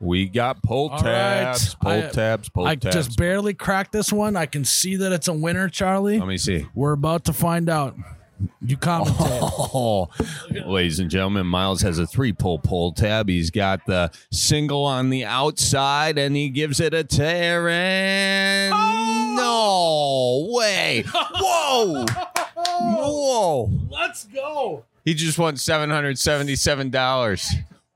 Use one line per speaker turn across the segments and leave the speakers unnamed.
We got pull
All
tabs,
right.
pull
I-
tabs, pull
I
tabs.
just barely cracked this one. I can see that it's a winner, Charlie.
Let me see.
We're about to find out. You commentate.
Oh, ladies and gentlemen, Miles has a three pull pull tab. He's got the single on the outside and he gives it a tear and
Oh!
no way. Whoa. Whoa.
Let's go.
He just won $777.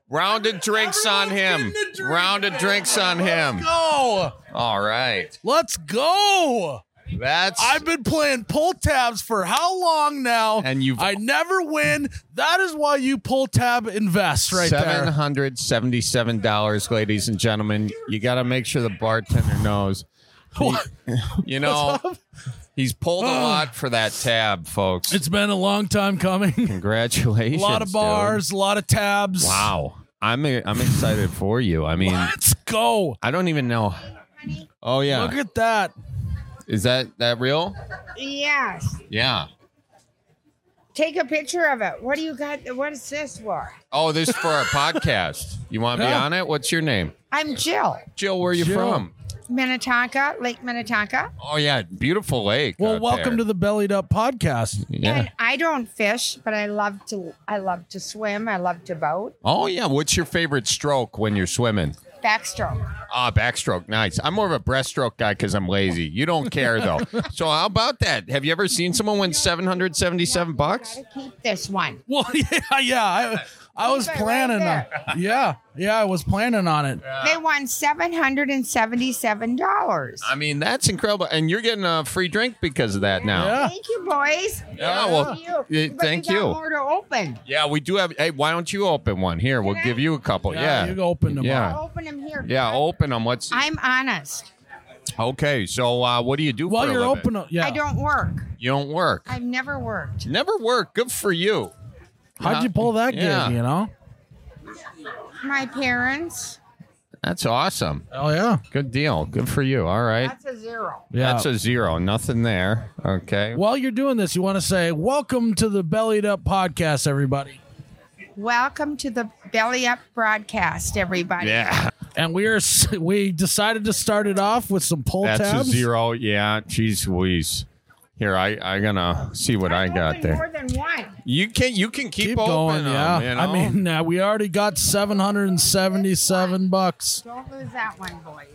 Round of drinks on him. Round of drinks on him.
Go.
All right.
Let's go.
That's
I've been playing pull tabs for how long now?
And you've-
I never win. That is why you pull tab invest right
Seven
there.
hundred seventy-seven dollars, ladies and gentlemen. You got to make sure the bartender knows.
What?
You know, he's pulled a lot for that tab, folks.
It's been a long time coming. a
Congratulations!
lot of
dude.
bars, a lot of tabs.
Wow, I'm I'm excited for you. I mean,
Let's go.
I don't even know. Oh
Look
yeah,
at that.
is that that real?
Yes.
Yeah.
Take a picture of it. What do you got? What is this for?
Oh, this is for our podcast. You want to be
Yeah.
on it? What's your name?
I'm Jill,
Jill, where are you
Jill.
from?
Minnetonka, Lake Minnetonka.
Oh yeah, beautiful lake.
Well, welcome to the Bellied Up podcast.
the yeah.
And I don't fish, but I love to. I love to swim. I love to boat.
Oh yeah, what's your favorite stroke when you're swimming?
Backstroke.
Ah, backstroke, nice. I'm more of a breaststroke guy because I'm lazy. You don't care though. so how about that? Have you ever seen someone win 777 bucks?
I keep this one.
Well, yeah, yeah. I, I was
Leave it right
planning on.
there.
Yeah, yeah. I was planning on it.
Uh,
They won seven hundred and seventy-seven dollars.
I mean, that's incredible, and you're getting a free drink because of that now.
Yeah.
Thank you, boys.
Yeah,
Thank
well,
you.
eh,
But
thank
we got
you.
More to open.
Yeah, we do have. Hey, why don't you open one here? We'll
Can I?
give you a couple. Yeah,
you open them.
Yeah.
Yeah.
I'll open them here.
yeah. Open them. What's
I'm honest.
okay? So, uh, what do you do?
While
for a
you're
living?
open, yeah.
I don't work.
you don't work.
I've never worked.
Never work. Good for you.
How'd you pull that
Yeah.
gig? You know.
My parents.
That's awesome.
Oh yeah.
Good deal. Good for you. All right.
That's a zero.
Yeah.
That's a zero. Nothing there. Okay.
While you're doing this, you want to say welcome to the Bellied Up podcast, everybody.
Welcome to the Belly Up broadcast, everybody.
Yeah.
And we are s- we decided to start it off with some pull
That's
tabs.
a zero. Yeah. Jeez Louise. Here, I I gonna see what I
I've
got
opened
there.
More than one.
You can you can keep,
Keep
open
going,
'em,
yeah.
you know?
I mean, uh, we already got seven hundred and seventy-seven bucks.
Don't lose that one, boys.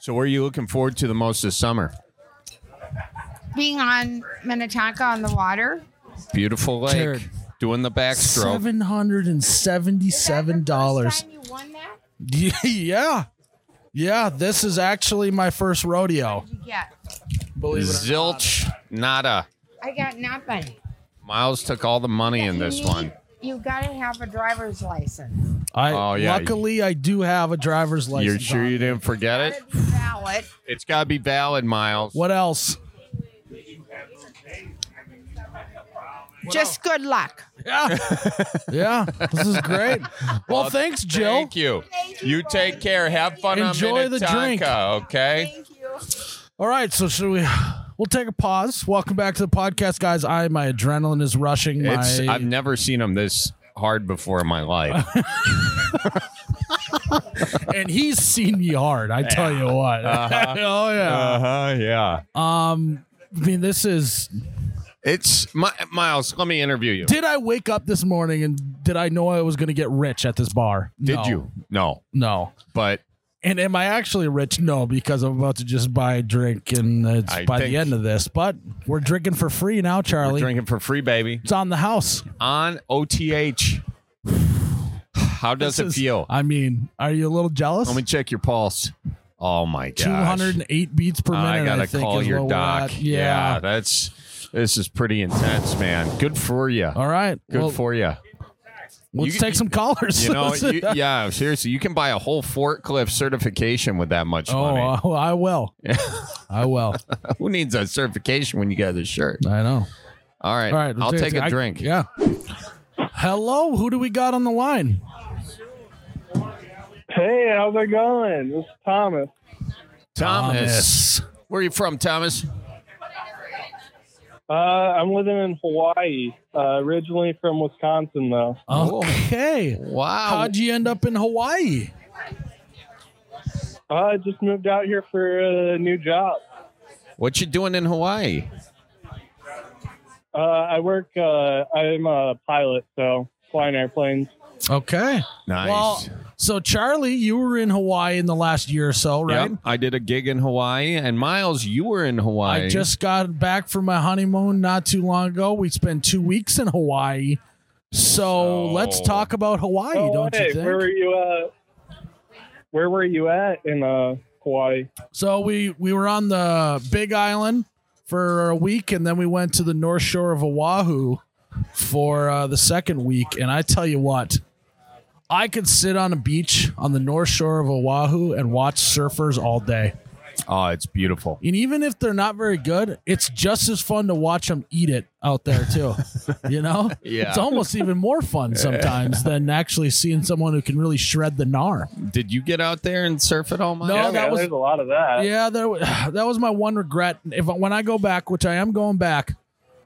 so where are you looking forward to the most this summer?
Being on Minnetonka on the water.
Beautiful lake,
Jared.
doing the backstroke.
Seven hundred and seventy-seven dollars.
Is that the first time you won that?
Yeah. Yeah, this is actually my first rodeo.
You get.
Believe it. Or not.
Zilch, nada.
I got nothing.
Miles took all the money in this
You need-
one.
You gotta have a driver's license.
I
Oh, yeah.
luckily I do have a driver's license.
You're sure
on.
you didn't forget it?
Gotta be valid.
It's got to be valid, Miles.
What else?
Just good luck.
Yeah. yeah. This is great. Well, thanks, Jill.
Thank you.
Thank you,
You take
boys.
care. Have fun
Enjoy
on
the
Minnetonka,
drink.
okay?
Thank you.
All right, so should we we'll take a pause. Welcome back to the podcast, guys. I my adrenaline is rushing. My
It's I've never seen him this hard before in my life.
and he's seen me hard, I tell you what.
Uh-huh.
oh yeah.
huh. Yeah.
I mean, this is
It's my, Miles. Let me interview you.
did I wake up this morning and did I know I was gonna get rich at this bar?
Did
No.
you? No.
No.
But
And am I actually rich? No, because I'm about to just buy a drink, and it's
I
by
think-
the end of this. But we're drinking for free now, Charlie.
drinking for free, baby.
It's on the house.
On OTH. How does it
This is-
feel?
I mean, are you a little jealous?
Let me check your pulse. Oh my gosh.
Two hundred and eight beats per minute.
I
I,
gotta
think,
call
is
your
what we're
doc.
at. Yeah.
that's this is pretty intense, man. Good for you.
All right.
Good
well,
for you.
let's
you-
take some callers.
You know, you, yeah, seriously, you can buy a whole forklift certification with that much
oh,
money.
uh, I will. I will.
Who needs a certification when you got this shirt?
I know.
All right,
All right.
I'll
let's
take a
I-
drink.
yeah. Hello. Who do we got on the line?
Hey, how's it going? This is Thomas.
Thomas. Where are you from, Thomas?
Uh, I'm living in Hawaii, uh, originally from Wisconsin, though.
Oh.
Okay.
Wow.
How'd you end up in Hawaii?
Uh, I just moved out here for a new job.
What you doing in Hawaii?
Uh, I work. Uh, I'm a pilot, so flying airplanes.
Okay.
Nice.
Well, so Charlie, you were in Hawaii in the last year or so, right?
Yep, I did a gig in Hawaii, and Miles, you were in Hawaii.
I just got back from my honeymoon not too long ago. We spent two weeks in Hawaii. So, let's talk about Hawaii,
Oh,
don't
hey,
you think?
Where were you at? Where were you at in uh, Hawaii?
so we we were on the Big Island for a week, and then we went to the North Shore of Oahu for uh, the second week. And I tell you what, I could sit on a beach on the North Shore of Oahu and watch surfers all day.
oh, it's beautiful.
And even if they're not very good, it's just as fun to watch them eat it out there too. you know,
Yeah.
it's almost even more fun sometimes than actually seeing someone who can really shred the gnar.
Did you get out there and surf at all, Miles?
No,
yeah,
Oh, that
man,
was-
there's a lot of that.
Yeah, that was, that was my one regret. If when I go back, which I am going back,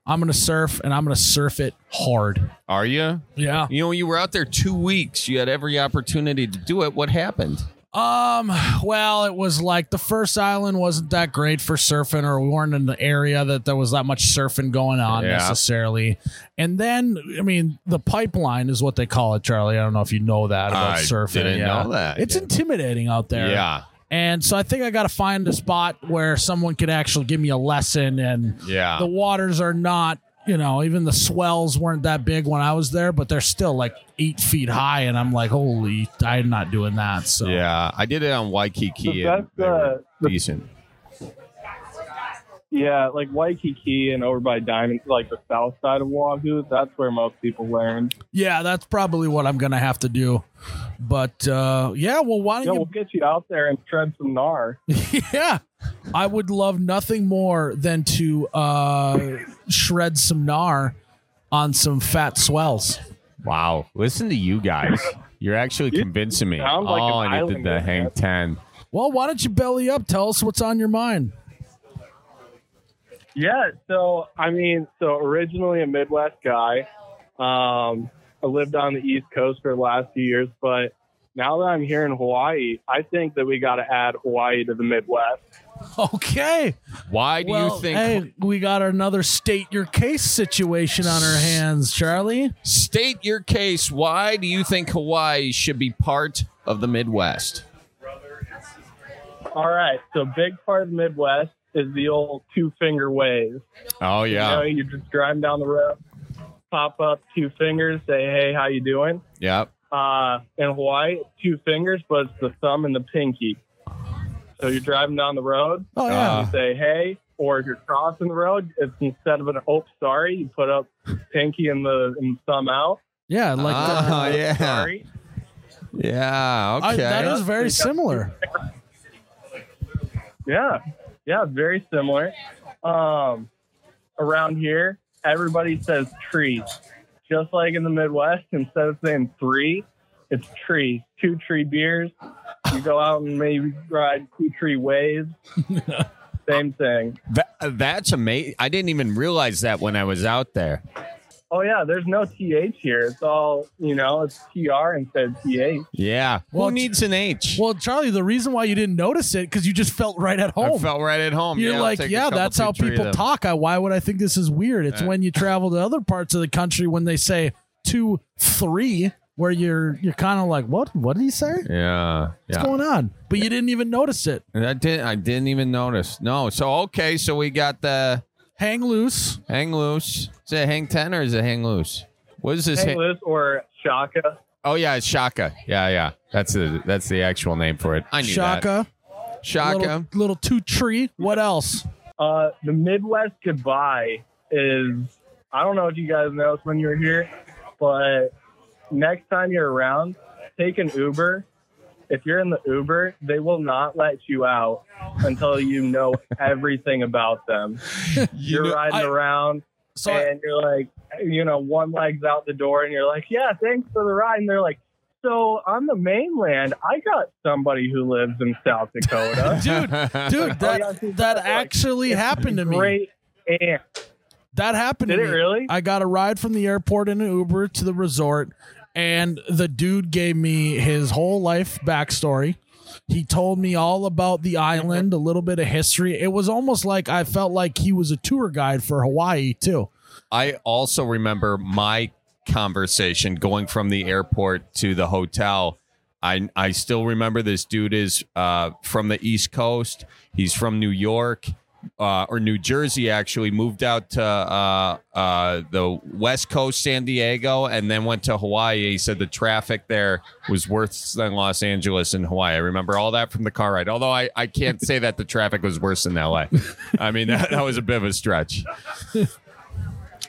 I'm gonna surf and I'm gonna surf it hard.
Are you?
Yeah.
You know, you were out there two weeks. You had every opportunity to do it. What happened?
Um, well, it was like the first island wasn't that great for surfing, or we weren't in the area that there was that much surfing going on
Yeah.
necessarily. And then, I mean, the pipeline is what they call it, Charlie. I don't know if you know that about
I
surfing.
didn't
Yeah.
know that.
It's intimidating out there.
Yeah.
And so I think I got to find a spot where someone could actually give me a lesson. And
Yeah.
the waters are not, you know, even the swells weren't that big when I was there, but they're still like eight feet high. And I'm like, holy, I'm not doing that. So,
yeah. I did it on Waikiki.
That's,
and they were
uh, the-
decent.
Yeah, like Waikiki and over by Diamond, like the south side of Oahu. That's where most people learn.
Yeah, that's probably what I'm gonna have to do. But uh, yeah, well, why
Yeah,
don't
we'll get you out there and shred some gnar.
you? Yeah, I would love nothing more than to uh, shred some gnar on some fat swells.
Wow. Listen to you guys. You're actually convincing me.
sound like
oh,
an
I needed
island
the
guy.
hang 10.
Well, why don't you belly up? Tell us what's on your mind.
Yeah, so I mean, so originally a Midwest guy. Um, I lived on the East Coast for the last few years, but now that I'm here in Hawaii, I think that we got to add Hawaii to the Midwest.
Okay.
Why do
Well,
you think
hey, we got another state your case situation on our hands, Charlie.
state your case? Why do you think Hawaii should be part of the Midwest?
All right, so big part of the Midwest is the old two finger wave.
Oh
You know, you just drive down the road, pop up two fingers, say, "Hey, how you doing?"
Yep.
Uh, in Hawaii, it's two fingers, but it's the thumb and the pinky. So you're driving down the road,
Oh yeah.
Uh,
say hey, or if you're crossing the road, it's instead of an oh sorry, you put up pinky and the and thumb out. "Oh,
yeah, like uh,
Ah, yeah.
Sorry.
Yeah.
I-
Okay.
that is very similar.
Yeah. Yeah, very similar. Um around here, everybody says tree. Just like in the Midwest, instead of saying three, it's tree. Two tree beers. You go out and maybe ride two tree waves. Same thing.
That- that's amazing. I didn't even realize that when I was out there.
Oh yeah, there's no th here. It's all you know. It's tr instead of th.
Yeah.
Well,
Who needs an H?
Well, Charlie, the reason why you didn't notice it because you just felt right at
I
home.
felt right at home.
You're
I'll
like,
take a
yeah,
couple,
that's
two,
how
three of
people
them."
talk. I, why would I think this is weird? It's
Yeah.
when you travel to other parts of the country when they say two, three, where you're you're kind of like, what? What did he say? What's
Yeah. Yeah.
going on? But you didn't even notice it.
And I didn't. I didn't even notice. No. So okay. So we got the
Hang loose.
hang loose. Is it hang ten or is it hang loose? What is this?
St.
Hang-
Louis or Shaka.
oh yeah, it's Shaka. Yeah, yeah. That's the that's the actual name for it. I knew that.
Shaka.
Shaka.
Little, little two tree. What else?
Uh, the Midwest goodbye is. I don't know if you guys noticed when you were here, but next time you're around, take an Uber. If you're in the Uber, they will not let you out until you know everything about them. You're
know,
riding
I-
around,
So I-
and you're like, you know, one leg's out the door, and you're like, yeah, thanks for the ride. And they're like, so on the mainland, I got somebody who lives in South Dakota.
dude, dude,
yeah,
that
dude,
that
like,
actually happened to me.
Great aunt.
That happened
Did
to
it
me.
really?
I got a ride from the airport in an Uber to the resort, and the dude gave me his whole life backstory. He told me all about the island, a little bit of history. It was almost like I felt like he was a tour guide for Hawaii too.
I also remember my conversation going from the airport to the hotel. I I still remember this dude is uh, from the East Coast. He's from New York uh, or New Jersey, actually. Moved out to uh, uh, the West Coast, San Diego, and then went to Hawaii. He said the traffic there was worse than Los Angeles and Hawaii. I remember all that from the car ride. Although I, I can't say that the traffic was worse than LA. I mean that, that was a bit of a stretch.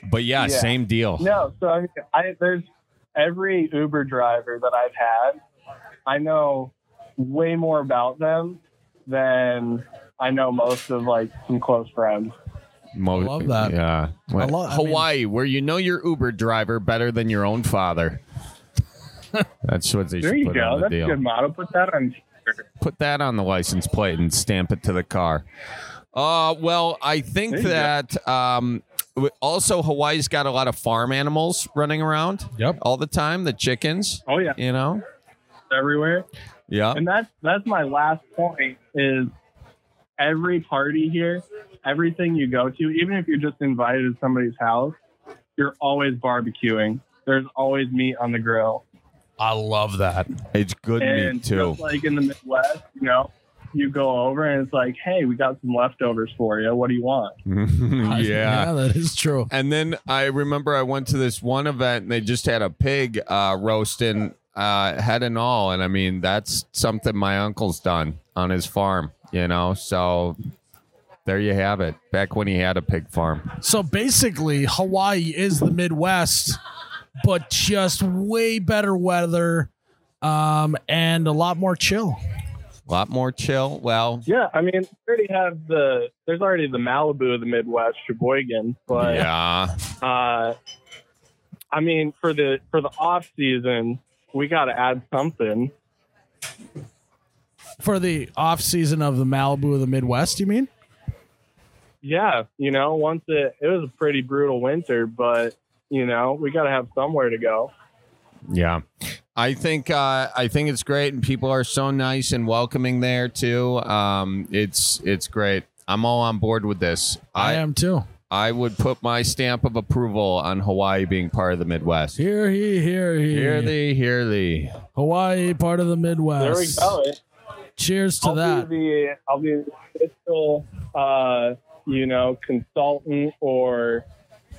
But yeah,
Yeah.
same deal.
No, so I, mean, I there's every Uber driver that I've had, I know way more about them than I know most of like some close friends.
Mo-
I love that.
Yeah. What-
lo- I mean-
Hawaii, where you know your Uber driver better than your own father. That's what they
There
should
you
put
go.
on the
That's
deal.
a good motto. Put that on. T-shirt.
Put that on the license plate and stamp it to the car. Uh, well, I think
There you go.
that um, w- also Hawaii's got a lot of farm animals running around.
Yep.
All the time, the chickens.
Oh yeah,
You know.
everywhere.
Yeah.
And that's that's my last point is every party here, everything you go to, even if you're just invited to somebody's house, you're always barbecuing. There's always meat on the grill.
I love that.
It's good
And
meat too.
just like in the Midwest, you know, you go over and it's like, hey, we got some leftovers for you. What do you want?
yeah.
that is true.
And then I remember I went to this one event and they just had a pig uh, roasting uh, head and all. And I mean, that's something my uncle's done on his farm, you know? So there you have it. Back when he had a pig farm.
So basically, Hawaii is the Midwest, but just way better weather um, and a lot more chill.
A lot more chill. Well,
Yeah, I mean, we already have the there's already the Malibu of the Midwest, Sheboygan, but
yeah.
uh, I mean, for the for the off season, we got to add something.
For the off season of the Malibu of the Midwest, you mean?
Yeah, you know, once it it was a pretty brutal winter, but you know, we got to have somewhere to go.
Yeah. I think uh, I think it's great, and people are so nice and welcoming there too. Um, it's it's great. I'm all on board with this.
I, am too.
I would put my stamp of approval on Hawaii being part of the Midwest.
Here he, here he.
Hear thee, hear thee.
Hawaii, part of the Midwest.
There we go.
Cheers to
I'll
that.
be the I'll be the official, uh, you know, consultant or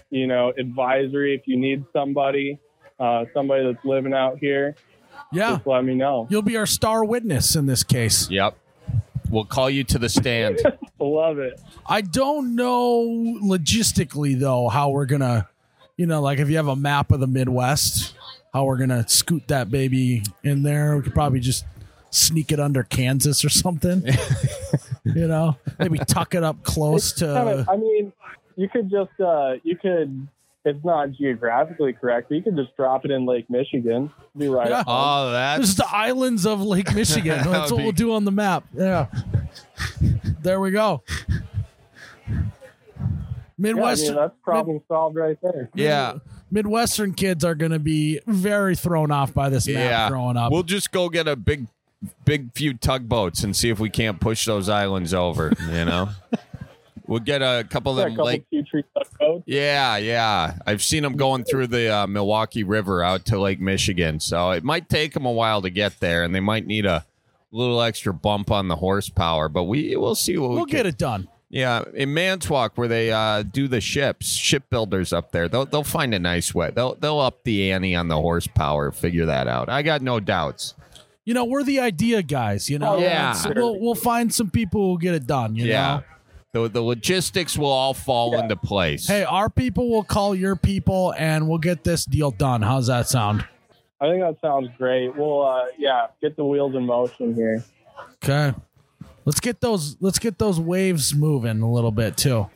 you know, advisory if you need somebody, uh, somebody that's living out here.
yeah.
Just let me know.
You'll be our star witness in this case.
Yep. We'll call you to the stand.
Love it.
I don't know logistically though how we're gonna, you know, like if you have a map of the Midwest, how we're gonna scoot that baby in there. We could probably just sneak it under Kansas or something. you know, maybe tuck it up close to.
I mean, you could just uh, you could. It's not geographically correct, but you could just drop it in Lake Michigan. Be right.
Yeah.
on.
Oh,
This is
that's
the islands of Lake Michigan.
That
That's
would
what
be-
we'll do on the map. Yeah. There we go.
Yeah, I
Midwest.
mean, that's problem solved right there.
yeah.
Midwestern kids are going to be very thrown off by this map
Yeah.
growing up.
We'll just go get a big big few tugboats and see if we can't push those islands over, you know? we'll get a couple of
Yeah, a
them
couple
lake
two tree stuff codes.
Yeah, yeah. I've seen them going through the uh, Milwaukee River out to Lake Michigan. So it might take them a while to get there, and they might need a little extra bump on the horsepower. But we we'll see what
we'll
we
get
can-
it done.
Yeah, in Mantua, where they uh, do the ships, shipbuilders up there, they'll they'll find a nice way. They'll they'll up the ante on the horsepower. Figure that out. I got no doubts.
You know, we're the idea guys. You know,
Oh, yeah.
It's- we'll we'll find some people who'll get it done. You
Yeah,
know,
the the logistics will all fall into place.
hey, our people will call your people, and we'll get this deal done. How's that sound?
I think that sounds great. We'll uh, yeah, get the wheels in motion here.
Okay, let's get those let's get those waves moving a little bit too.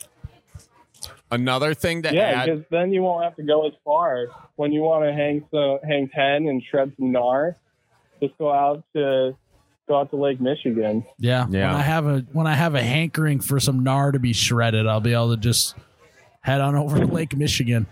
another thing to
Yeah,
add.
because then you won't have to go as far when you want to hang so hang ten and shred some gnar. Just go out to go out to Lake Michigan.
Yeah,
Yeah.
When I have a when I have a hankering for some nar to be shredded, I'll be able to just head on over to Lake Michigan.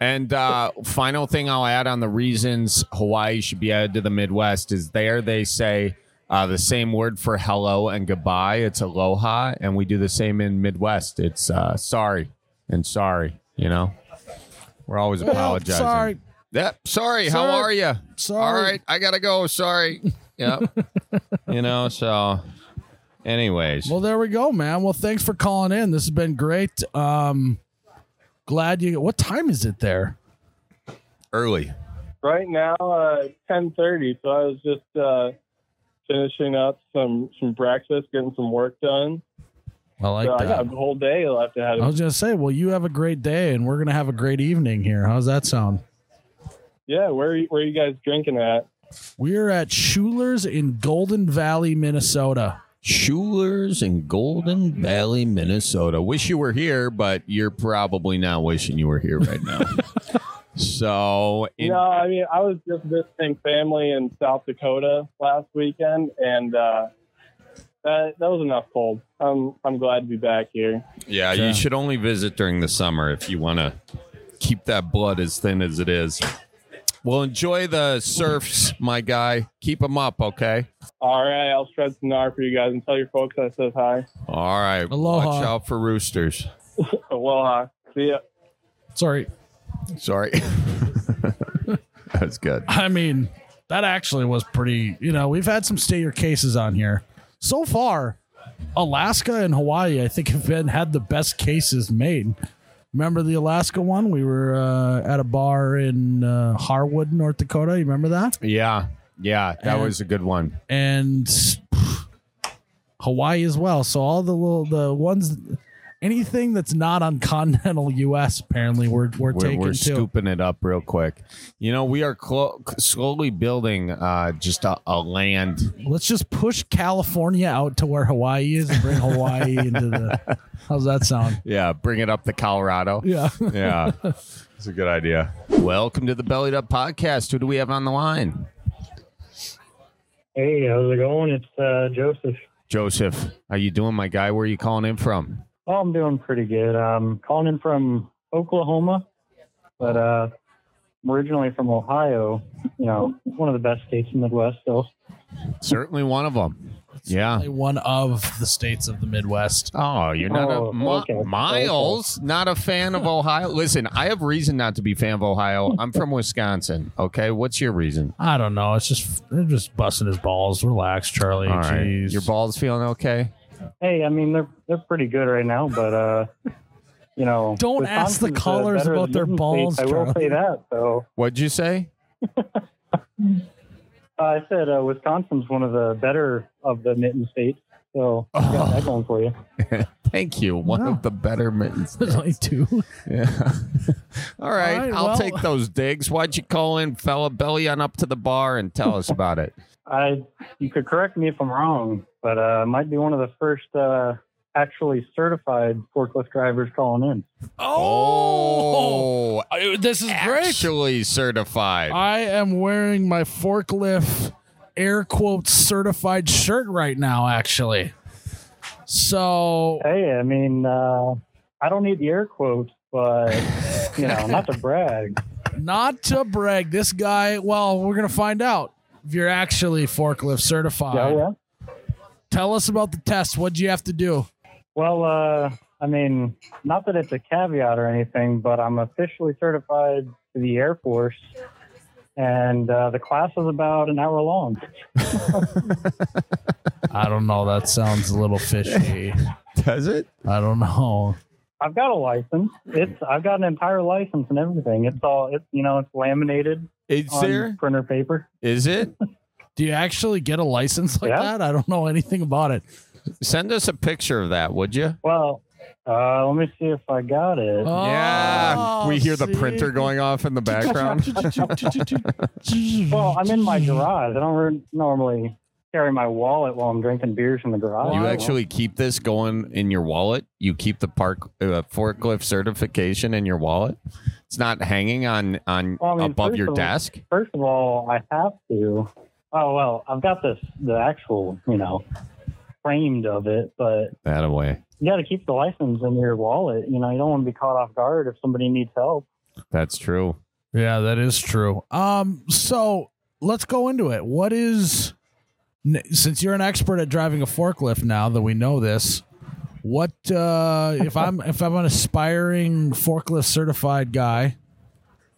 And uh, final thing I'll add on the reasons Hawaii should be added to the Midwest is there they say uh, the same word for hello and goodbye. It's aloha, and we do the same in Midwest. It's uh, sorry and sorry. You know, we're always apologizing.
Oh, sorry.
Yep. Sorry. How
Sorry.
are you?
Sorry.
All right. I gotta go. Sorry. Yep. you know. So, anyways,
Well, there we go, man. Well, thanks for calling in. This has been great. Um, glad you. What time is it there?
early.
Right now, uh, ten thirty. So I was just uh, finishing up some some breakfast, getting some work done.
I like
so I got a whole day left ahead
I
of me.
was gonna say. Well, you have a great day, and we're gonna have a great evening here. How's that sound?
Yeah, where are you, where are you guys drinking at?
We're at Schuler's in Golden Valley, Minnesota.
Schuler's in Golden Valley, Minnesota. Wish you were here, but you're probably not wishing you were here right now. so, in,
no, I mean I was just visiting family in South Dakota last weekend, and uh, that that was enough cold. I'm I'm glad to be back here.
yeah,
Yeah.
you should only visit during the summer if you want to keep that blood as thin as it is. Well, enjoy the surfs, my guy. Keep them up, okay?
All right, I'll spread some gnar for you guys and tell your folks I says hi.
All right.
Aloha.
Watch out for roosters.
Aloha. See ya.
Sorry.
Sorry. That's good.
I mean, that actually was pretty. You know, we've had some state your cases on here so far. Alaska and Hawaii, I think, have been had the best cases made. Remember the Alaska one? We were uh, at a bar in uh, Harwood, North Dakota. You remember that?
Yeah. Yeah. That
And-
was a good one.
And pff, Hawaii as well. So all the little the ones, anything that's not on continental U.S. Apparently, we're we're,
we're,
taking
we're
too.
scooping it up real quick. You know, we are clo- slowly building uh, just a, a land.
Let's just push California out to where Hawaii is and bring Hawaii into the. How's that sound?
Yeah, bring it up to Colorado.
Yeah.
yeah, it's a good idea. Welcome to the Bellied Up Podcast. Who do we have on the line?
Hey, how's it going? It's uh, Joseph.
Joseph, how you doing, my guy? Where are you calling in from?
Oh, I'm doing pretty good. I'm calling in from Oklahoma, but uh, I'm originally from Ohio. You know, one of the best states in the Midwest. So
Certainly one of them. Yeah.
One of the states of the Midwest.
Oh, you're not
Oh,
a Mi-
okay.
Miles, not a fan of Ohio. Listen, I have reason not to be a fan of Ohio. I'm from Wisconsin. Okay, what's your reason?
I don't know. It's just they're just busting his balls. Relax, Charlie.
All right,
Jeez.
your balls feeling okay?
hey, I mean they're they're pretty good right now, but uh, you know,
Don't ask the
Wisconsin's, uh,
callers
better
about
than
their
Michigan
balls,
State, I will
Charlie.
say that. So
What'd you say?
uh, I said uh, Wisconsin's one of the better of the mitten states. So you
Oh.
got that going for you.
Thank you. One of the better mittens.
There's only two.
Yeah. All right.
All right,
I'll
well-
take those digs. Why'd you call in, fella? Belly on up to the bar and tell us about it.
I you could correct me if I'm wrong, but uh, might be one of the first uh, actually certified forklift drivers calling in.
Oh,
I- this is great. Uh,
actually certified.
I am wearing my forklift air quotes certified shirt right now. Actually, so
Hey, I mean, uh, I don't need the air quotes, but you know, not to brag.
not to brag, this guy. Well, we're gonna find out if you're actually forklift certified.
Yeah, yeah.
Tell us about the test. What'd you have to do?
Well, uh, I mean, not that it's a caveat or anything, but I'm officially certified to the Air Force, and uh, the class is about an hour long.
I don't know. That sounds a little fishy.
Does it?
I don't know.
I've got a license. It's I've got an entire license and everything. It's all it's you know it's laminated
Is
on
there?
printer paper.
Is it?
Do you actually get a license like
Yeah.
that? I don't know anything about it.
Send us a picture of that, would you?
Well, uh, let me see if I got it.
yeah.
Oh,
We hear the
see?
printer going off in the background.
Well, I'm in my garage. I don't re- normally carry my wallet while I'm drinking beers in the garage.
You actually keep this going in your wallet. You keep the park uh, forklift certification in your wallet. It's not hanging on on
Well, I mean,
above
first
your
of all-
desk.
First of all, I have to. Oh well, I've got this the actual you know framed of it, but
That away.
you got to keep the license in your wallet. You know, you don't want to be caught off guard if somebody needs help.
That's true.
Yeah, that is true. Um, so let's go into it. What is n- since you're an expert at driving a forklift now that we know this, what uh, if I'm if I'm an aspiring forklift certified guy?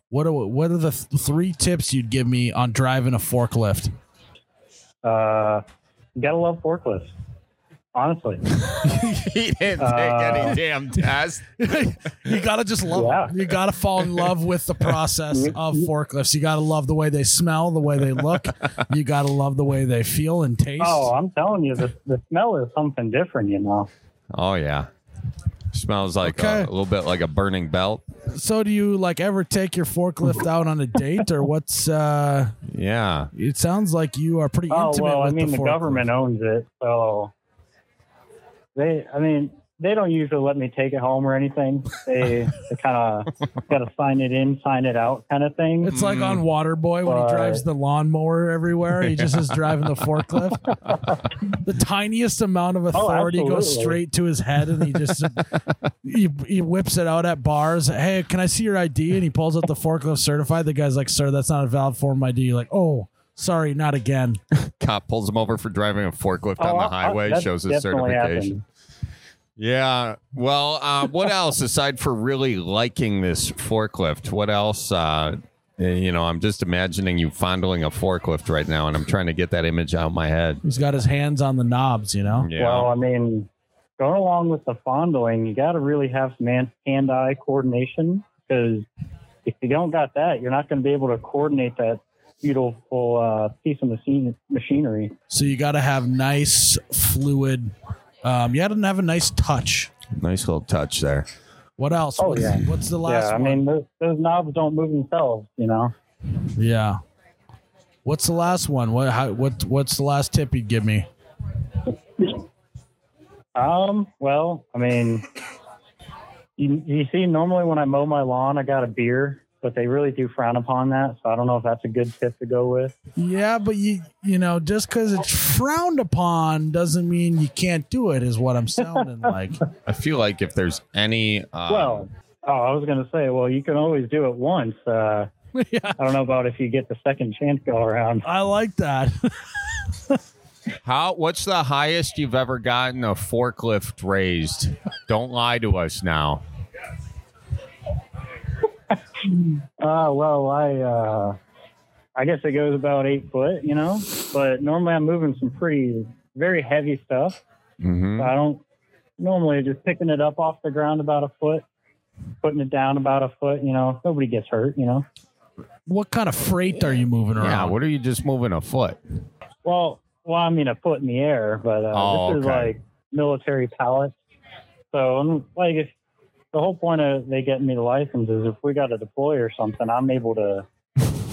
What are what are the th- three tips you'd give me on driving a forklift?
Uh, you gotta love forklifts. Honestly,
he didn't take
Uh,
any damn test.
you gotta just love. 'em.
Yeah.
You gotta fall in love with the process of forklifts. You gotta love the way they smell, the way they look. You gotta love the way they feel and taste.
oh, I'm telling you, the, the smell is something different. You know,
Oh yeah. Smells like
Okay.
a, a little bit like a burning belt.
So do you like ever take your forklift out on a date or what's uh
Yeah.
it sounds like you are pretty
Oh
intimate
well, I
with
mean, the,
forklift.
government owns it, so they. I mean, they don't usually let me take it home or anything. They, they kind of got to sign it in, sign it out, kind of thing.
It's like on Waterboy when he
Right.
drives the lawnmower everywhere. He just is driving the forklift. the tiniest amount of authority goes
Oh, absolutely.
straight to his head, and he just he, he whips it out at bars. Hey, can I see your ID? And he pulls out the forklift certified. The guy's like, "Sir, that's not a valid form ID." You're like, "Oh, sorry, not again."
Cop pulls him over for driving a forklift
Oh,
on
I-
the
I-
highway,
that's
shows his
definitely
certification.
happened.
Yeah. Well, uh, what else aside for really liking this forklift? What else? Uh, you know, I'm just imagining you fondling a forklift right now, and I'm trying to get that image out of my head.
He's got his hands on the knobs, you know.
Yeah.
Well, I mean, going along with the fondling, you got to really have some hand- hand-eye coordination because if you don't got that, you're not going to be able to coordinate that beautiful uh, piece of machine- machinery.
So you got to have nice fluid. Um, you got to have a nice touch.
nice little touch there.
What else?
Oh,
what's,
yeah.
what's the last
yeah, I
one?
mean, those, those knobs don't move themselves, you know.
Yeah. What's the last one? What how, what what's the last tip you'd give me?
Um, well, I mean, you, you see, normally when I mow my lawn, I got a beer, but they really do frown upon that. So I don't know if that's a good tip to go with.
Yeah, but you you know just because it's frowned upon doesn't mean you can't do it. Is what I'm sounding like.
I feel like if there's any, uh,
Well, oh, I was going to say, well, you can always do it once. Uh,
yeah,
I don't know about if you get the second chance go around.
I like that.
how? What's the highest you've ever gotten a forklift raised? Don't lie to us now.
Uh, well, I, uh, I guess it goes about eight foot, you know, but normally I'm moving some pretty, very heavy stuff.
Mm-hmm.
I don't normally just picking it up off the ground about a foot, putting it down about a foot, you know, nobody gets hurt, you know.
what kind of freight are you moving around?
Yeah. What are you just moving a foot?
Well, well, I mean, a foot in the air, but uh,
Oh,
this is
okay.
like military pallets. So, and, like, if the whole point of they getting me the license is if we got to deploy or something, I'm able to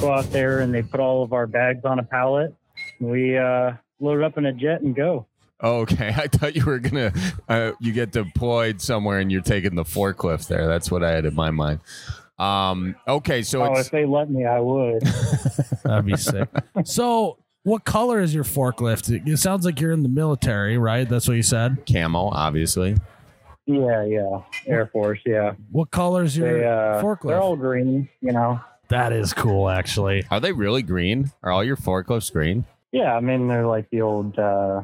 go out there and they put all of our bags on a pallet. We uh, load it up in a jet and go.
Oh, Okay, I thought you were gonna uh, you get deployed somewhere and you're taking the forklift there. That's what I had in my mind. Um, okay, so
oh,
it's
if they let me, I would.
That'd be sick. so, what color is your forklift? It, it sounds like you're in the military, right? That's what you said.
camo, obviously.
yeah, yeah. Air Force, yeah.
What color is your
They, uh,
forklift?
They're all green, you know.
that is cool, actually.
Are they really green? Are all your forklifts green?
Yeah, I mean, they're like the old, uh,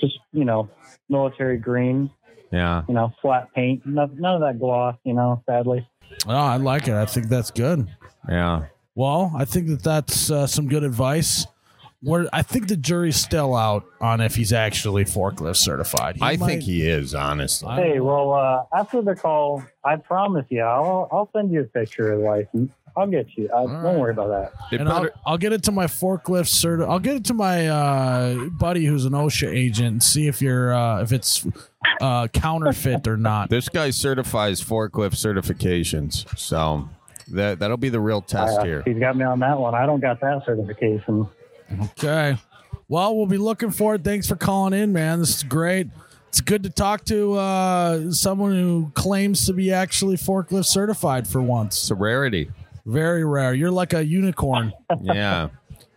just, you know, military green.
Yeah.
you know, flat paint. No, none of that gloss, you know, sadly.
Oh, I like it. I think that's good.
Yeah.
Well, I think that that's uh, some good advice. Where I think the jury's still out on if he's actually forklift certified. He
I
might-
think he is, honestly.
I-
Hey, well, uh, after the call, I promise you, I'll, I'll send you a picture of the license. I'll get you. I, don't
right.
worry about that.
They
and I'll,
better-
I'll get it to my forklift cert. I'll get it to my uh, buddy who's an OSHA agent and see if you're uh, if it's uh, counterfeit or not.
this guy certifies forklift certifications. So that that'll be the real test
Uh,
here.
he's got me on that one. I don't got that certification.
Okay. Well, we'll be looking for it. Thanks for calling in, man. This is great. It's good to talk to uh, someone who claims to be actually forklift certified for once.
It's a rarity.
Very rare. You're like a unicorn.
Yeah.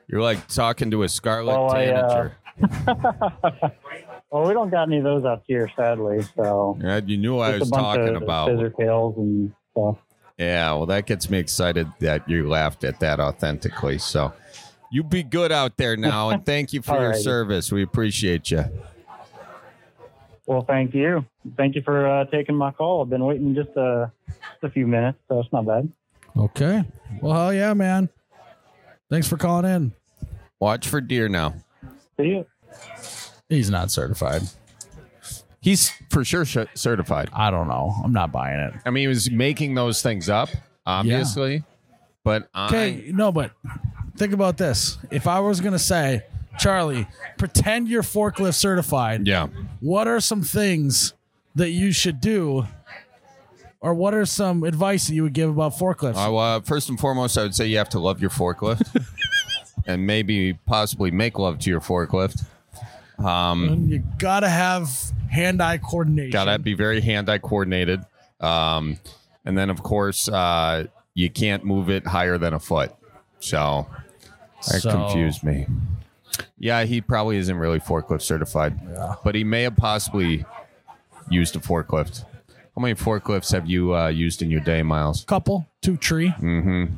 You're like talking to a scarlet
Well, I, uh,
tanager.
Well, we don't got any of those up here, sadly. So
yeah, you knew what I
just
was
a bunch
talking
of
about.
scissor tails and stuff.
Yeah, well, that gets me excited that you laughed at that authentically. So you be good out there now, and thank you for your
Alrighty.
service. We appreciate you.
Well, thank you. Thank you for uh, taking my call. I've been waiting just a, just a few minutes, so it's not bad.
Okay. Well, hell yeah, man. Thanks for calling in.
Watch for deer now.
See you.
He's not certified.
He's for sure sh- certified.
I don't know. I'm not buying it.
I mean, he was making those things up, obviously, but I,
Okay, no, but think about this. If I was gonna say, Charlie, pretend you're forklift certified.
yeah,
What are some things that you should do, or what are some advice that you would give about forklifts?
I, uh, first and foremost, I would say you have to love your forklift, and maybe possibly make love to your forklift.
you gotta have hand-eye coordination.
Um, Got to be very hand-eye coordinated. Um, and then, of course, uh, you can't move it higher than a foot. So that
So-
confused me. Yeah, he probably isn't really forklift certified, but he may have possibly used a forklift. How many forklifts have you uh, used in your day, Miles?
Couple, two, tree.
Mm.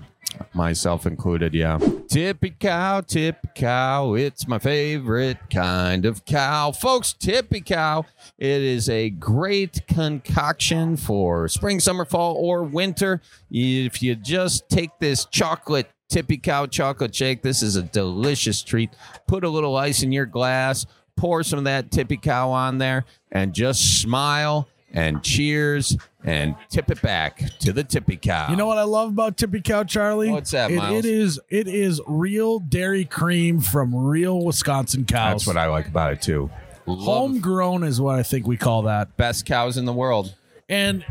myself included. Yeah. Tippy cow, tippy cow. It's my favorite kind of cow. Folks, tippy cow. It is a great concoction for spring, summer, fall, or winter. If you just take this chocolate. Tippy Cow chocolate shake. This is a delicious treat. Put a little ice in your glass, pour some of that Tippy Cow on there, and just smile and cheers and tip it back to the Tippy Cow.
You know what I love about Tippy Cow Charlie?
What's that,
It-
Miles?
it is it is real dairy cream from real Wisconsin cows.
That's what I like about it too. Love
Homegrown is what I think we call that.
best cows in the world.
And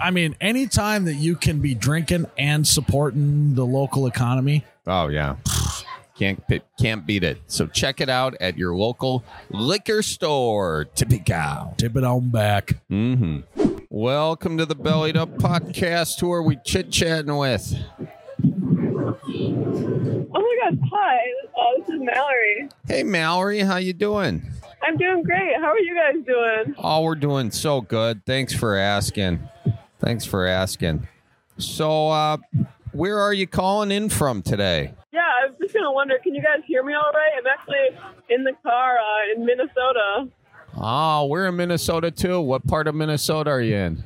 I mean, anytime that you can be drinking and supporting the local economy,
Oh yeah. Can't pi- can't beat it. So check it out at your local liquor store. Tippy cow.
tip it on back.
Mm. Welcome to the Bellied Up Podcast. Who are we chit chatting with?
Oh my God! Hi, uh, this is Mallory.
Hey Mallory, how you doing?
I'm doing great. How are you guys doing?
Oh, we're doing so good. Thanks for asking. Thanks for asking. So, uh, where are you calling in from today?
Yeah, I was just gonna wonder, can you guys hear me all right? I'm actually in the car uh, in Minnesota.
Oh, we're in Minnesota too. What part of Minnesota are you in?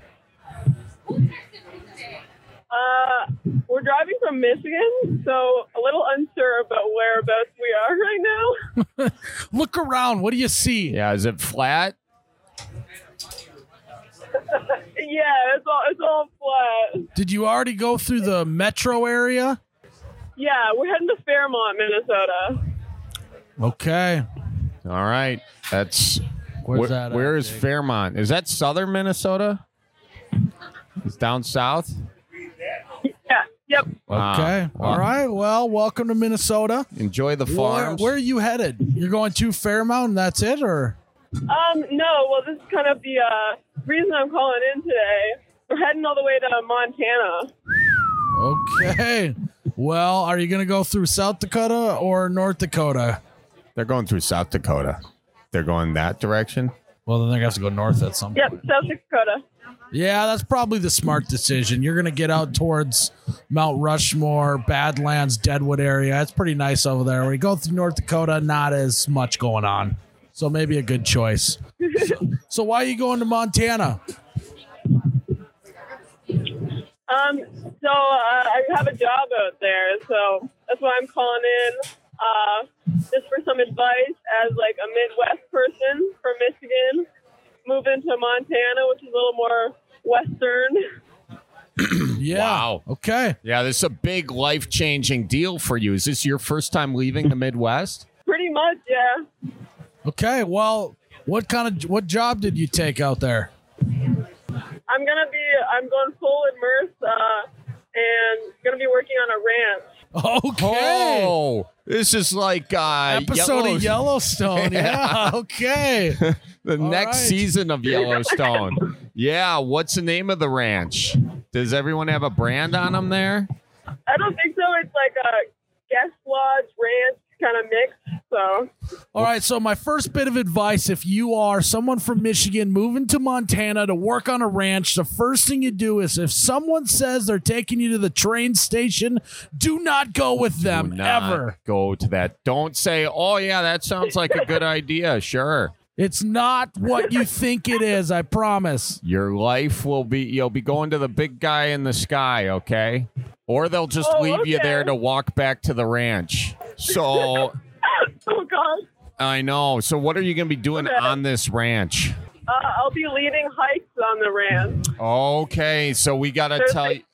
Uh, we're driving from Michigan, so a little unsure about whereabouts we are right now.
Look around. What do you see?
Yeah, is it flat?
yeah, it's all it's all flat.
Did you already go through the metro area?
Yeah, we're heading to Fairmont, Minnesota.
Okay.
All right. That's
Where's
where-
that at,
where is
Jake?
Fairmont? Is that southern Minnesota? It's down south.
Yeah, yep.
Okay.
Ah, wow.
All right. Well, welcome to Minnesota.
Enjoy the
Where,
farms.
where are you headed? You're going to Fairmount and that's it or
Um, no, well, this is kind of the uh, reason I'm calling in today. We're heading all the way to Montana.
Okay. Well, are you going to go through South Dakota or North Dakota?
They're going through South Dakota. They're going that direction.
Well, then they're going to have to go north at some
Yep, South Dakota.
Yeah, that's probably the smart decision. You're going to get out towards Mount Rushmore, Badlands, Deadwood area. It's pretty nice over there. When you go through North Dakota, not as much going on. So maybe a good choice. So, so why are you going to Montana?
Um, so uh, I have a job out there, so that's why I'm calling in. Uh, just for some advice as like a Midwest person from Michigan, moving to Montana, which is a little more Western.
Yeah.
Wow.
Okay.
Yeah, this is a big life changing deal for you. Is this your first time leaving the Midwest?
Pretty much, yeah.
Okay. Well, what kind of what job did you take out there?
I'm gonna be, I'm going full immersed, uh, and gonna be working on a ranch.
Okay.
Oh, this is like uh,
Episode of
Yellow-
Yellowstone. Yeah. Okay.
the next
right.
season of Yellowstone. yeah, what's the name of the ranch? Does everyone have a brand on them there?
I don't think so. It's like a guest lodge ranch kind of mixed. So
All right, so my first bit of advice if you are someone from Michigan moving to Montana to work on a ranch, the first thing you do is if someone says they're taking you to the train station, do not go with them
Um,
Do not
ever.
Go to that. Don't say, oh, yeah, that sounds like a good idea. Sure.
It's not what you think it is, I promise.
Your life will be, you'll be going to the big guy in the sky, okay? Or they'll just
Oh,
leave you
okay.
there to walk back to the ranch. So
oh god,
I know. So what are you going to be doing
Okay.
on this ranch?
uh, I'll be leading hikes on the ranch.
Okay. So we got to
There's
tell
like-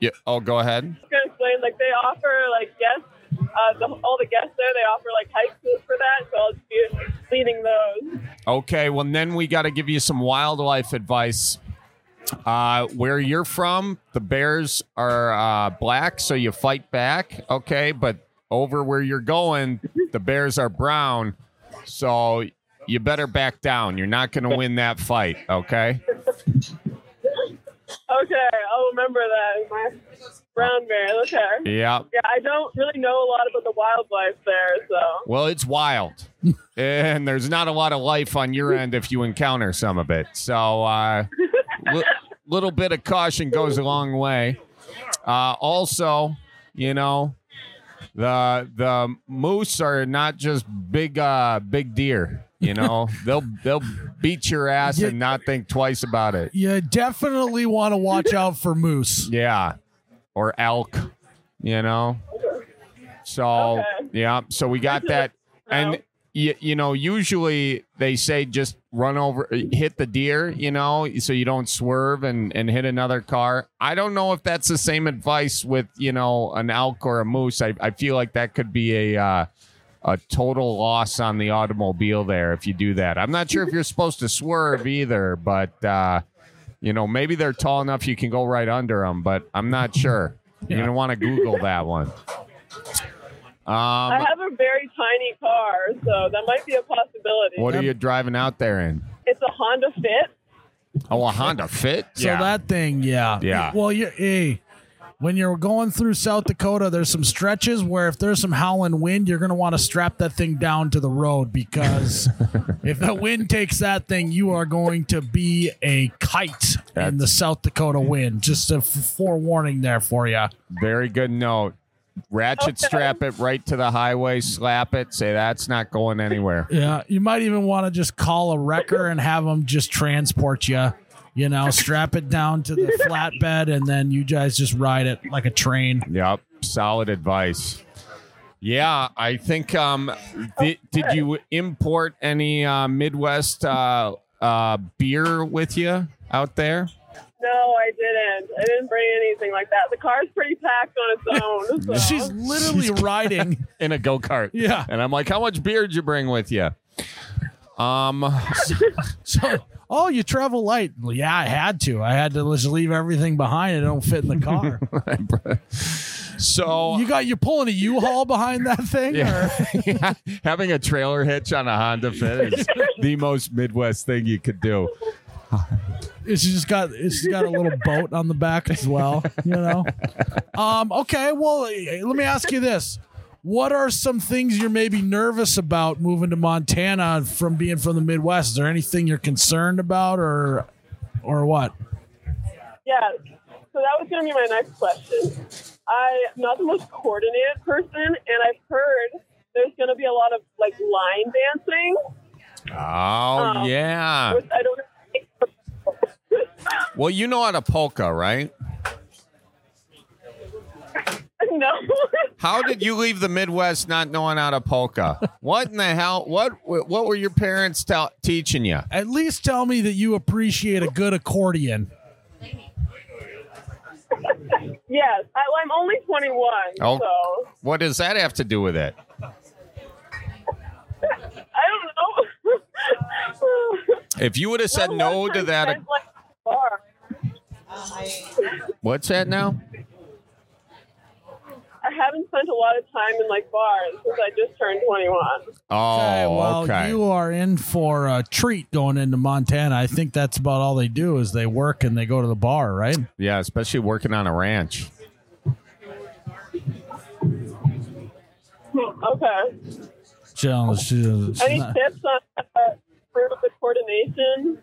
you. Yeah. Oh, go ahead.
I was gonna explain like they offer like guests, uh, the, all the guests there they offer like hikes for that. So I'll just be leading those.
Okay, well then we got to give you some wildlife advice. Uh, where you're from, the bears are uh, black, so you fight back. Okay, but over where you're going, the bears are brown, so you better back down. You're not going to win that fight. Okay.
Okay, I'll remember that. My brown bear. Okay.
Yeah.
Yeah, I don't really know a lot about the wildlife there, so
Well, it's wild, and there's not a lot of life on your end if you encounter some of it. So, uh, li- little bit of caution goes a long way. Uh, also, you know, the the moose are not just big uh, big deer. You know, they'll they'll beat your ass and not think twice about it.
You definitely want to watch out for moose.
Yeah, or elk. You know, so
Okay.
yeah, so we got that, and you, you know, usually they say just run over, hit the deer, you know, so you don't swerve and and hit another car. I don't know if that's the same advice with you know an elk or a moose. I I feel like that could be a. Uh, a total loss on the automobile there if you do that. I'm not sure if you're supposed to swerve either, but uh, you know maybe they're tall enough you can go right under them, but I'm not sure. You're gonna want to Google that one.
I
Um,
have a very tiny car, so that might be a possibility.
what are you driving out there in?
It's a Honda Fit.
Oh, a Honda Fit.
So that thing, yeah.
Yeah.
Well, you hey, when you're going through South Dakota, there's some stretches where if there's some howling wind, you're going to want to strap that thing down to the road because if the wind takes that thing, you are going to be a kite in the South Dakota wind. Just a f- forewarning there for you.
very good note. Ratchet strap it right to the highway, slap it, say that's not going anywhere.
Yeah. You might even want to just call a wrecker and have them just transport you. You know, strap it down to the flatbed and then you guys just ride it like a train.
Yep, solid advice. Yeah, I think. Um, did, did you import any uh, Midwest uh, uh, beer with you out there?
No, I didn't. I didn't bring anything like that. The car's pretty packed on its own. So.
She's literally riding
in a go kart.
Yeah.
And I'm like, how much beer did you bring with you? Um,
So, oh, you travel light? Well, Yeah, I had to. I had to just leave everything behind. It don't fit in the car.
so
you got you pulling a U-Haul behind that thing?
yeah.
or-
Yeah. having a trailer hitch on a Honda Fit is the most Midwest thing you could do.
it's just got it's got a little boat on the back as well. You know. Um. Okay. Well, eh, let me ask you this: What are some things you're maybe nervous about moving to Montana from being from the Midwest? Is there anything you're concerned about, or or what?
Yeah. So that was going to be my next question. I'm not the most coordinated person, and I've heard there's going to be a lot of like line dancing,
Oh
Um,
Oh.
yeah.
which I don't.
Well, you know how to polka, right?
no.
How did you leave the Midwest not knowing how to polka? What in the hell? What what were your parents tell teaching you?
At least tell me that you appreciate a good accordion.
yes, I, well, I'm only 21,
Oh.
so
What does that have to do with it?
I don't know.
If you would have said no to that,
Like, bar.
what's that now?
I haven't spent a lot of time in like bars since I just turned 21.
Oh,
Okay,
okay.
well, you are in for a treat going into Montana. I think that's about all they do is they work and they go to the bar, right?
Yeah, especially working on a ranch.
Okay.
Challenge. She- she's
Any
not-
tips on uh, for the coordination?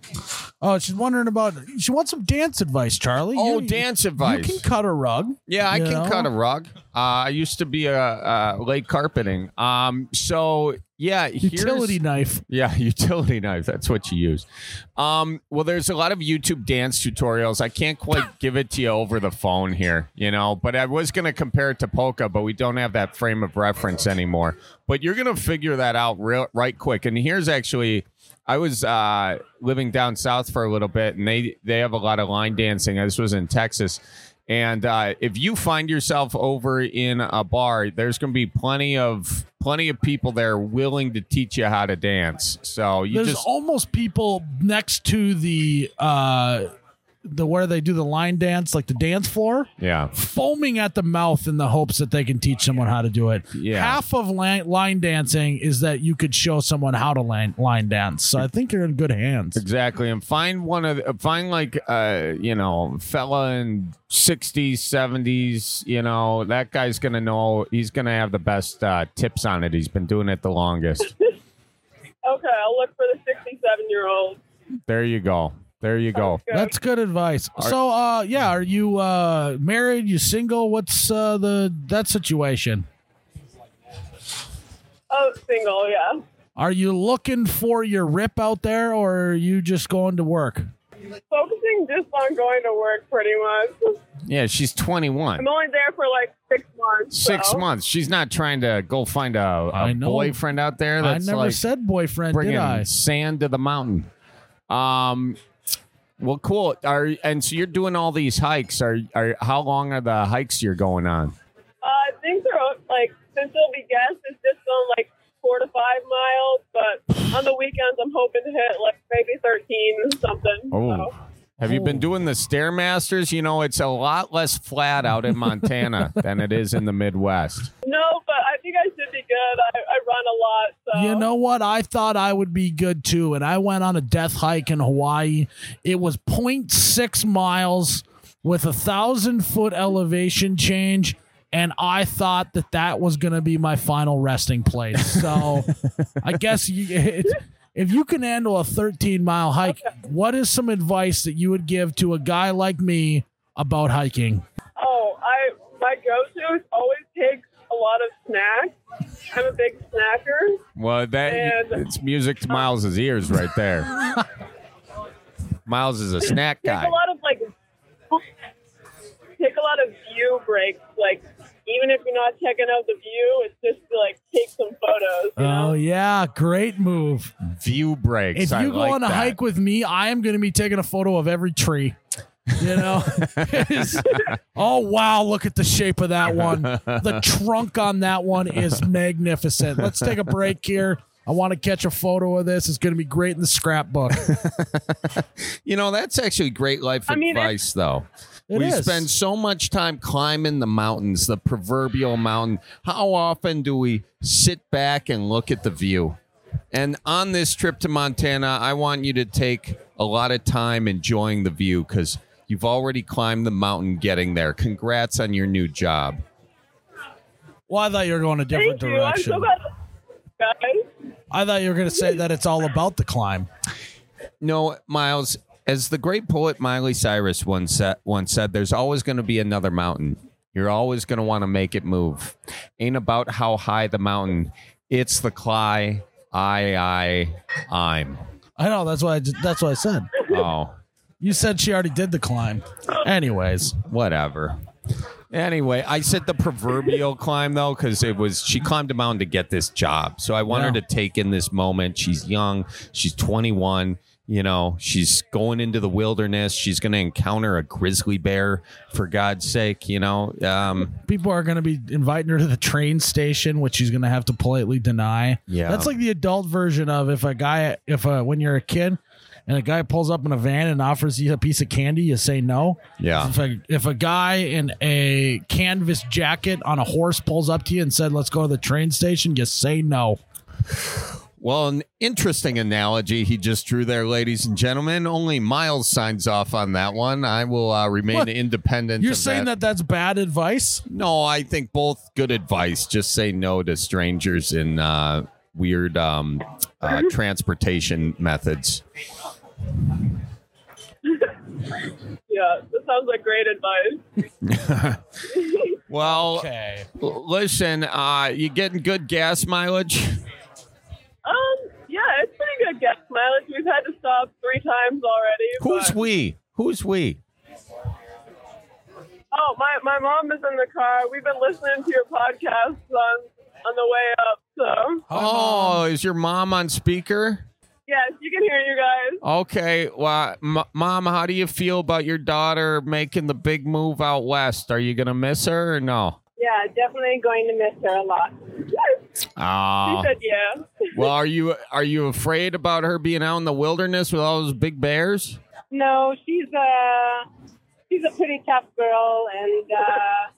oh, she's wondering about. She wants some dance advice, Charlie.
Oh,
You-
dance
You
advice.
can cut a rug.
Yeah, I
you
can
know?
cut a rug. Uh, I used to be a uh, late carpeting. Um, so yeah, here's-
Utility knife.
Yeah, utility knife. That's what you use. Um, well, there's a lot of YouTube dance tutorials. I can't quite give it to you over the phone here, you know, but I was going to compare it to polka, but we don't have that frame of reference anymore. But you're going to figure that out real, right quick. And here's actually. I was uh, living down south for a little bit, and they they have a lot of line dancing. This was in Texas, and uh, if you find yourself over in a bar, there's going to be plenty of plenty of people there willing to teach you how to dance. So you
There's
just
almost people next to the uh the where they do the line dance, like the dance floor,
yeah
foaming at the mouth in the hopes that they can teach someone how to do it.
Yeah.
Half of line, line dancing is that you could show someone how to line, line dance. So I think you're in good hands.
exactly. And find one of the- find like uh you know fella in 60s 70s. You know that guy's going to know he's going to have the best uh, tips on it. He's been doing it the longest.
Okay, I'll look for the 67 year old.
there you go. There you go.
That's good advice. so uh yeah, are you uh married, you single? What's uh the that situation?
Oh, single, yeah.
Are you looking for your rip out there or are you just going to work?
Focusing just on going to work pretty much.
Yeah, she's 21.
I'm only there for like six months.
six
so.
months. She's not trying to go find a,
I
a
know.
boyfriend out there
I
that's
never
like
said boyfriend, did I?
bringing sand to the mountain. Um, well, cool. Are and so you're doing all these hikes. Are are how long are the hikes you're going on?
Uh, things are like since it'll be guests, it's just on like four to five miles. But on the weekends, I'm hoping to hit like maybe thirteen or something.
Oh.
So,
Have you
Oh.
been doing the stairmasters? You know, it's a lot less flat out in Montana than it is in the Midwest.
no, but I think I should be good. I, I run a lot, so
You know what? I thought I would be good too, and I went on a death hike in Hawaii. It was 0.6 miles with a thousand foot elevation change, and I thought that that was going to be my final resting place. So I guess you, it, if you can handle a 13 mile hike, what is some advice that you would give to a guy like me about hiking?
Oh, I my go-to is always take a lot of snacks. I'm a big snacker.
Well, that
And-
it's music to Miles's ears right there. Miles is a snack
Take
guy.
a lot of like take a lot of view breaks. Like even if you're not checking out the view, it's just to like take some photos. You know?
Oh, yeah. Great move.
View breaks.
If
I
you go
like
on a
that.
hike with me, I am going to be taking a photo of every tree. You know, It's- oh wow! Look at the shape of that one. The trunk on that one is magnificent. Let's take a break here. I want to catch a photo of this. It's going to be great in the scrapbook.
You know, that's actually great life
I mean,
advice, though.
It
we
is.
spend so much time climbing the mountains, the proverbial mountain. How often do we sit back and look at the view? And on this trip to Montana, I want you to take a lot of time enjoying the view because you've already climbed the mountain getting there. Congrats on your new job.
Well, I thought you were going a different
Thank you. I'm
direction.
so glad, guys.
I thought you were going to say that it's all about the climb.
No, Miles, as the great poet Miley Cyrus once said, once said there's always going to be another mountain. You're always going to want to make it move. Ain't about how high the mountain, it's the cly. I, I, I'm.
I know that's why. I, just- that's what I said.
Oh,
You said she already did the climb. Anyways,
whatever. Anyway, I said the proverbial climb though, because it was she climbed a mountain to get this job. So I want her
Yeah.
to take in this moment. She's young, she's 21. You know, she's going into the wilderness. She's going to encounter a grizzly bear, for God's sake. You know, um,
people are going to be inviting her to the train station, which she's going to have to politely deny.
Yeah.
that's like the adult version of if a guy, if a, when you're a kid, and a guy pulls up in a van and offers you a piece of candy, you say no.
Yeah.
If a, if a guy in a canvas jacket on a horse pulls up to you and said, "Let's go to the train station," you say no.
Well, an interesting analogy he just drew there, ladies and gentlemen. Only Miles signs off on that one. I will uh, remain
What?
independent.
You're
of
saying that that's bad advice?
No, I think both good advice. Just say no to strangers in uh, weird um, uh,
Mm-hmm.
transportation methods.
Yeah, that sounds like great advice.
Well,
Okay.
l- listen, uh, you getting good gas mileage?
Um, yeah, it's pretty good gas mileage. We've had to stop three times already.
Who's
but-
we? Who's we?
Oh, my, my mom is in the car. We've been listening to your podcast on on the way up. So
oh, is your mom on speaker?
yes, you can hear you guys.
Okay, well, m- mom, how do you feel about your daughter making the big move out west? Are you gonna miss her or no?
Yeah, definitely going to miss her a lot. she
Ah,
said yeah.
well, are you are you afraid about her being out in the wilderness with all those big bears?
No, she's a she's a pretty tough girl, and uh,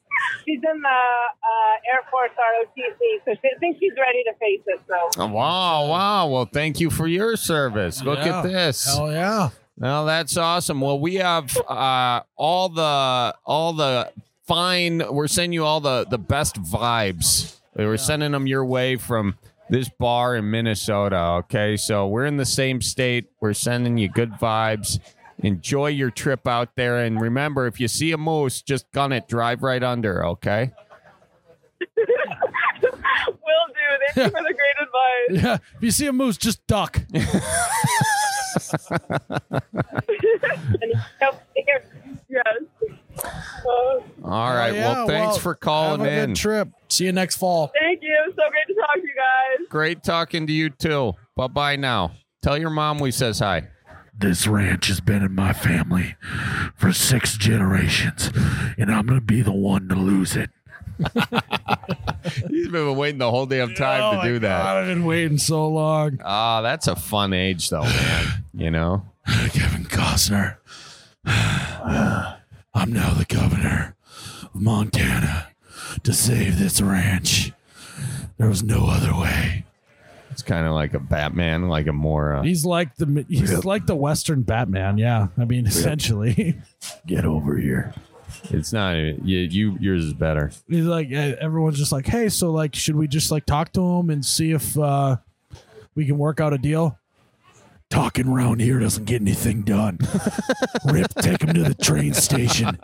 she's in the uh, Air Force ROTC, so she, I think she's ready to face it. So
Oh, wow, wow. Well, thank you for your service. Look
Yeah.
at this.
Hell yeah.
Well, that's awesome. Well, we have uh, all the all the fine. We're sending you all the the best vibes. We were sending them your way from this bar in Minnesota. Okay, so we're in the same state. We're sending you good vibes. Enjoy your trip out there, and remember, if you see a moose, just gun it. Drive right under. Okay.
Will do. Thank you for the great advice.
Yeah. If you see a moose, just duck.
and so here,
Yes. Uh,
All right.
Hell yeah.
well, thanks for calling
have a
in.
Good trip. See you next fall.
thank you. So great to talk to you guys.
Great talking to you too. Bye bye now. Tell your mom we says hi.
This ranch has been in my family for six generations, and I'm going to be the one to lose it.
He's been waiting the whole damn time
Oh
to
my
do that.
God, I've been waiting so long.
Ah, that's a fun age though, man. You know?
Kevin Costner. I'm now the governor of Montana to save this ranch. There was no other way.
It's kind of like a Batman, like a more uh,
He's like the he's like the Western Batman. Yeah, I mean essentially,
Get over here.
it's not you, you yours is better.
he's like eh, everyone's just like, hey, so like, should we just like talk to him and see if uh we can work out a deal?
Talking around here doesn't get anything done. Rip, take him to the train station.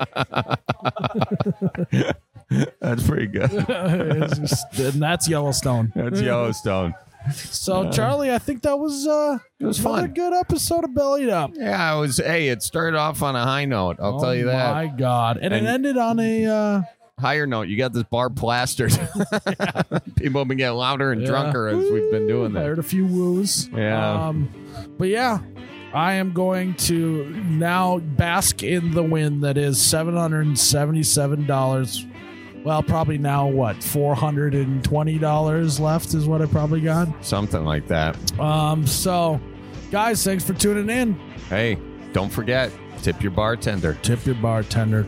That's pretty good.
It's just- and that's Yellowstone.
That's Yellowstone.
So Charlie, I think that was uh
It was
another
fun.
good episode of Bellied Up.
Yeah, I was hey, it started off on a high note, I'll tell you that.
Oh my God, and,
And-
it ended on a uh,
Higher note, you got this bar plastered. People have been getting louder and
Yeah.
drunker as we've been doing
I
that.
heard a few woos.
Yeah.
Um, but yeah, I am going to now bask in the wind that is $777. Well, probably now what? $420 left is what I probably got.
Something like that.
Um, so guys, thanks for tuning in.
Hey, don't forget, tip your bartender.
Tip your bartender.